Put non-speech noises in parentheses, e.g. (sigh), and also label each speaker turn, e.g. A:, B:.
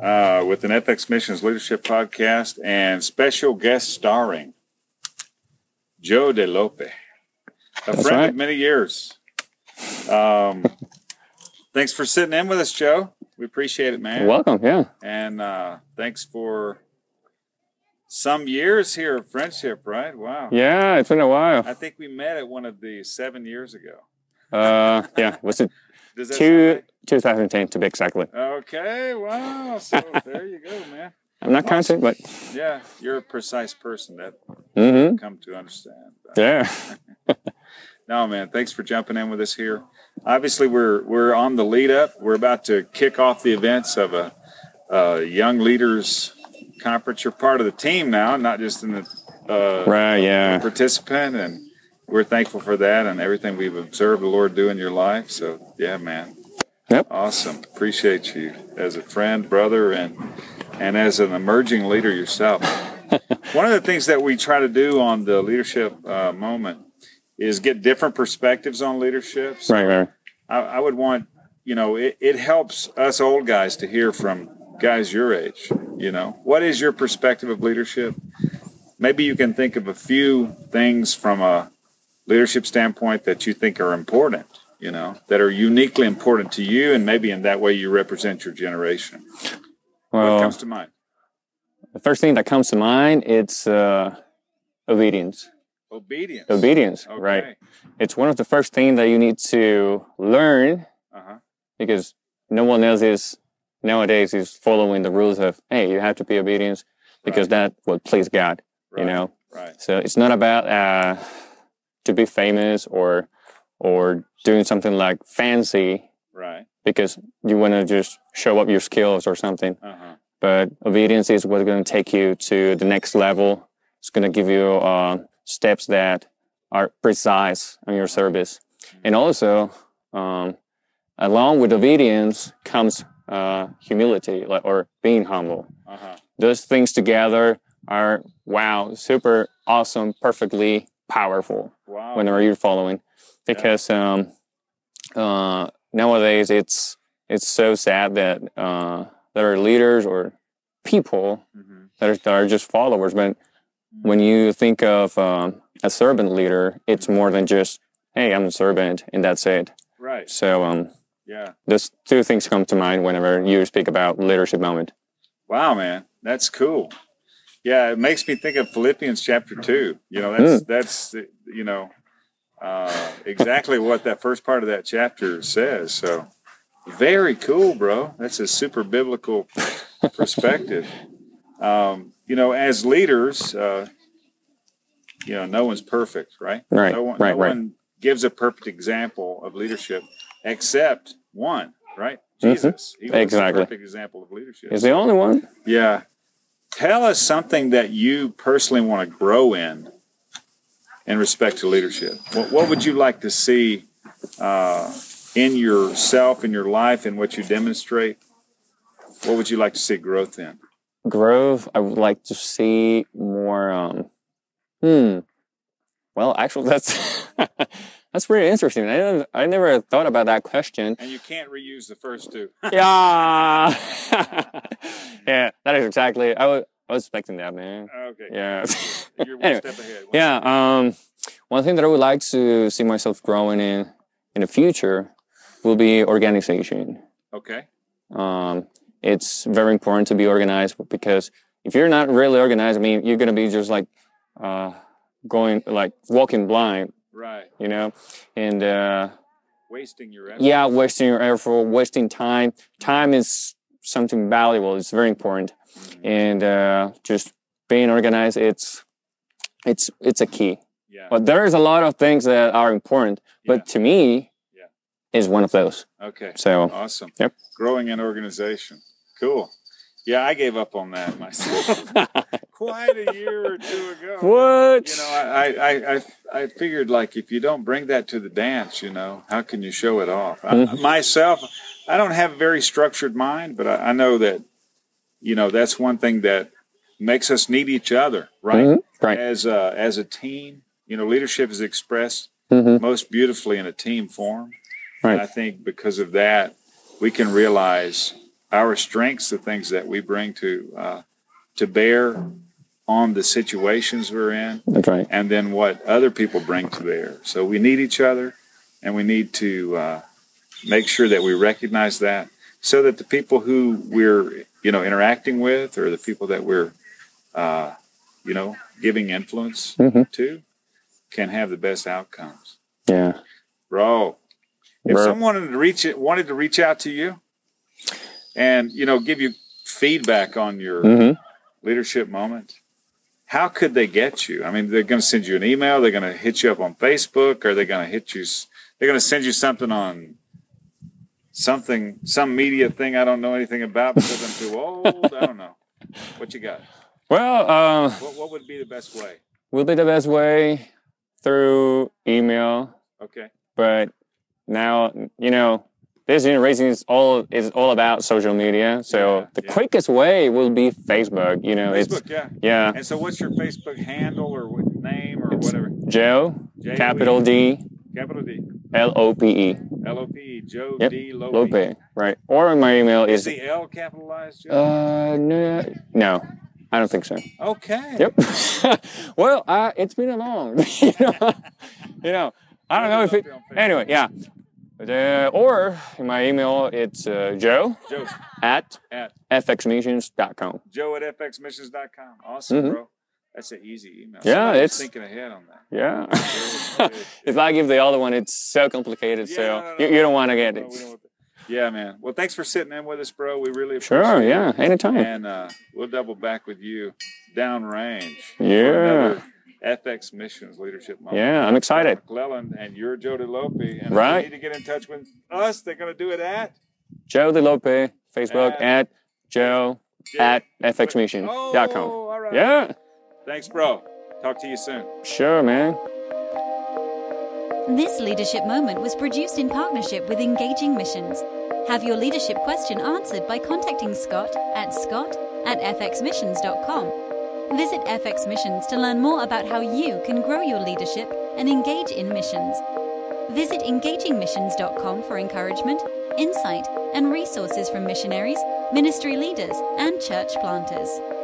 A: uh, with an FX Missions Leadership Podcast and special guest starring Joe DeLope, a friend
B: right.
A: of many years.
B: (laughs)
A: Um, thanks for sitting in with us, Joe. We appreciate it, man.
B: Welcome. Yeah.
A: And uh, thanks for some years here of friendship, right? Wow.
B: Yeah. It's been a while.
A: I think we met at one of the seven years ago.
B: Uh, yeah. Was it
A: Does that sound
B: two
A: right?
B: 2010 to be exactly?
A: Okay, wow. So there you go, man.
B: I'm not counting, but
A: Yeah, you're a precise person that
B: hmm
A: I've come to understand.
B: yeah.
A: No, man, thanks for jumping in with us here. Obviously, we're we're on the lead up. We're about to kick off the events of a, a young leaders conference. You're part of the team now, not just in the uh,
B: Right. Yeah.
A: participant, and we're thankful for that and everything we've observed the Lord do in your life. So, yeah, man,
B: Yep.
A: awesome. Appreciate you as a friend, brother, and and as an emerging leader yourself. One of the things that we try to do on the leadership uh, moment is get different perspectives on leadership. So
B: Right. Right.
A: I, I would want, you know, it, it helps us old guys to hear from guys your age. You know, what is your perspective of leadership? Maybe you can think of a few things from a leadership standpoint that you think are important, you know, that are uniquely important to you. And maybe in that way you represent your generation. what
B: Well,
A: comes to mind?
B: the first thing that comes to mind it's uh, obedience.
A: Obedience.
B: Obedience.
A: Okay.
B: Right. It's one of the first things that you need to learn
A: Uh-huh.
B: because no one else is nowadays is following the rules of hey you have to be obedient because that will please God.
A: Right.
B: You know.
A: Right.
B: So it's not about uh, to be famous or or doing something like fancy
A: Right.
B: because you want to just show up your skills or something.
A: Uh-huh.
B: But obedience is what's going to take you to the next level. It's going to give you uh, steps that are precise on your service, and also um, along with obedience comes uh, humility like, or being humble
A: Uh-huh.
B: those things together are wow, super awesome, perfectly powerful
A: Wow.
B: whenever you're following. Because um, uh, nowadays it's it's so sad that uh, there are leaders or people
A: hmm
B: that are, that are just followers. But when you think of um, a servant leader, it's more than just hey, I'm a servant and that's it.
A: Right.
B: So um,
A: Yeah.
B: those two things come to mind whenever you speak about leadership moment.
A: Wow, man, that's cool. Yeah, it makes me think of Philippians chapter two. You know, that's that's you know uh, exactly what that first part of that chapter says. So very cool, bro. That's a super biblical perspective. Um, you know, as leaders, uh, you know, no one's perfect, right?
B: Right,
A: No one,
B: right,
A: no
B: right.
A: one gives a perfect example of leadership except one, right? Jesus. He was
B: Mm-hmm. Exactly.
A: a perfect example of leadership.
B: Is the only one.
A: Yeah. Tell us something that you personally want to grow in in respect to leadership. What, what would you like to see uh, in yourself, in your life, in what you demonstrate? What would you like to see growth in?
B: Grove, I would like to see more. Um, hmm. Well, actually, (laughs) that's that's really interesting. I don't, I never thought about that question.
A: (laughs) And you can't reuse the first two. (laughs)
B: yeah, (laughs) yeah, that is exactly. I was, I was expecting that, man.
A: okay.
B: Yeah, (laughs)
A: You're one
B: Anyway.
A: step ahead.
B: yeah. Um, one thing that I would like to see myself growing in in the future will be organization.
A: Okay.
B: Um, it's very important to be organized because if you're not really organized, I mean, you're going to be just like uh, going like walking blind,
A: Right.
B: you know, and uh,
A: Wasting your effort.
B: yeah, wasting your effort, wasting time. Time is something valuable. It's very important,
A: Mm-hmm.
B: and uh, just being organized. It's it's it's a key.
A: Yeah.
B: But there is a lot of things that are important, but
A: Yeah.
B: to me,
A: Yeah.
B: is one of those.
A: Okay.
B: So
A: Awesome.
B: Yep.
A: Growing an organization. Cool. Yeah, I gave up on that myself quite a year or two ago.
B: what?
A: You know, I, I, I, I figured like if you don't bring that to the dance, you know, how can you show it off? I,
B: Mm-hmm.
A: myself, I don't have a very structured mind, but I, I know that, you know, that's one thing that makes us need each other, right?
B: Mhm, Right.
A: As a, as a team, you know, leadership is expressed
B: hmm
A: most beautifully in a team form.
B: Right.
A: And I think because of that, we can realize our strengths, the things that we bring to uh, to bear on the situations we're in,
B: That's right.
A: and then what other people bring to bear. So we need each other, and we need to uh, make sure that we recognize that, so that the people who we're you know interacting with, or the people that we're uh, you know giving influence
B: Mhm.
A: to, can have the best outcomes.
B: Yeah.
A: Bro, if
B: Bro.
A: someone wanted to reach it, wanted to reach out to you, and you know, give you feedback on your
B: hmm
A: leadership moment, how could they get you? I mean, they're going to send you an email. They're going to hit you up on Facebook. Are they going to hit you? s- They're going to send you something on something, some media thing I don't know anything about because I'm too old. I don't know. What you got?
B: Well, uh,
A: What, what would be the best way?
B: will be the best way through email,
A: Okay.
B: but now you know this generation is all is all about social media. So
A: Yeah,
B: the
A: yeah.
B: quickest way will be Facebook. You know, it's
A: Facebook, yeah.
B: yeah,
A: And so, what's your Facebook handle or what name or
B: It's-
A: whatever?
B: Joe
A: J O E.
B: capital D
A: Capital D.
B: L O P E
A: L O P Joe
B: Yep,
A: D Lope.
B: Lope right. Or my email
A: Is
B: is
A: the L capitalized? Joe?
B: uh no no. I don't think so.
A: okay.
B: Uh, Yep. (laughs) well, uh, it's been a long. (laughs) you, know, you know, I don't know if it. Anyway, yeah. The, or in my email, it's uh, Joe
A: Joe
B: at
A: at
B: fxmissions.com.
A: Joe at fxmissions.com. Awesome,
B: Mhm.
A: bro. That's an easy email.
B: Yeah,
A: Somebody's
B: it's-
A: thinking ahead on that.
B: Yeah. (laughs) if I give the other one, it's so complicated.
A: Yeah,
B: so
A: no, no, no.
B: you, you don't want to get
A: No, we
B: it.
A: don't want that. Yeah, man. Well, thanks for sitting in with us, bro. We really appreciate
B: Sure.
A: it.
B: Yeah. Anytime.
A: And uh, we'll double back with you downrange. for
B: Yeah.
A: another FX Missions Leadership Moment.
B: Yeah. I'm excited.
A: McClellan and you're Joe DeLope. And
B: Right.
A: if you need to get in touch with us, they're going to do it at
B: Joe DeLope, Facebook
A: At-
B: at Joe
A: J-
B: at fxmissions.com.
A: Oh, all right.
B: Yeah.
A: Thanks, bro. Talk to you soon.
B: Sure, man.
C: This leadership moment was produced in partnership with Engaging Missions. Have your leadership question answered by contacting Scott at scott at fxmissions.com. Visit FX Missions to learn more about how you can grow your leadership and engage in missions. Visit engagingmissions.com for encouragement, insight, and resources from missionaries, ministry leaders, and church planters.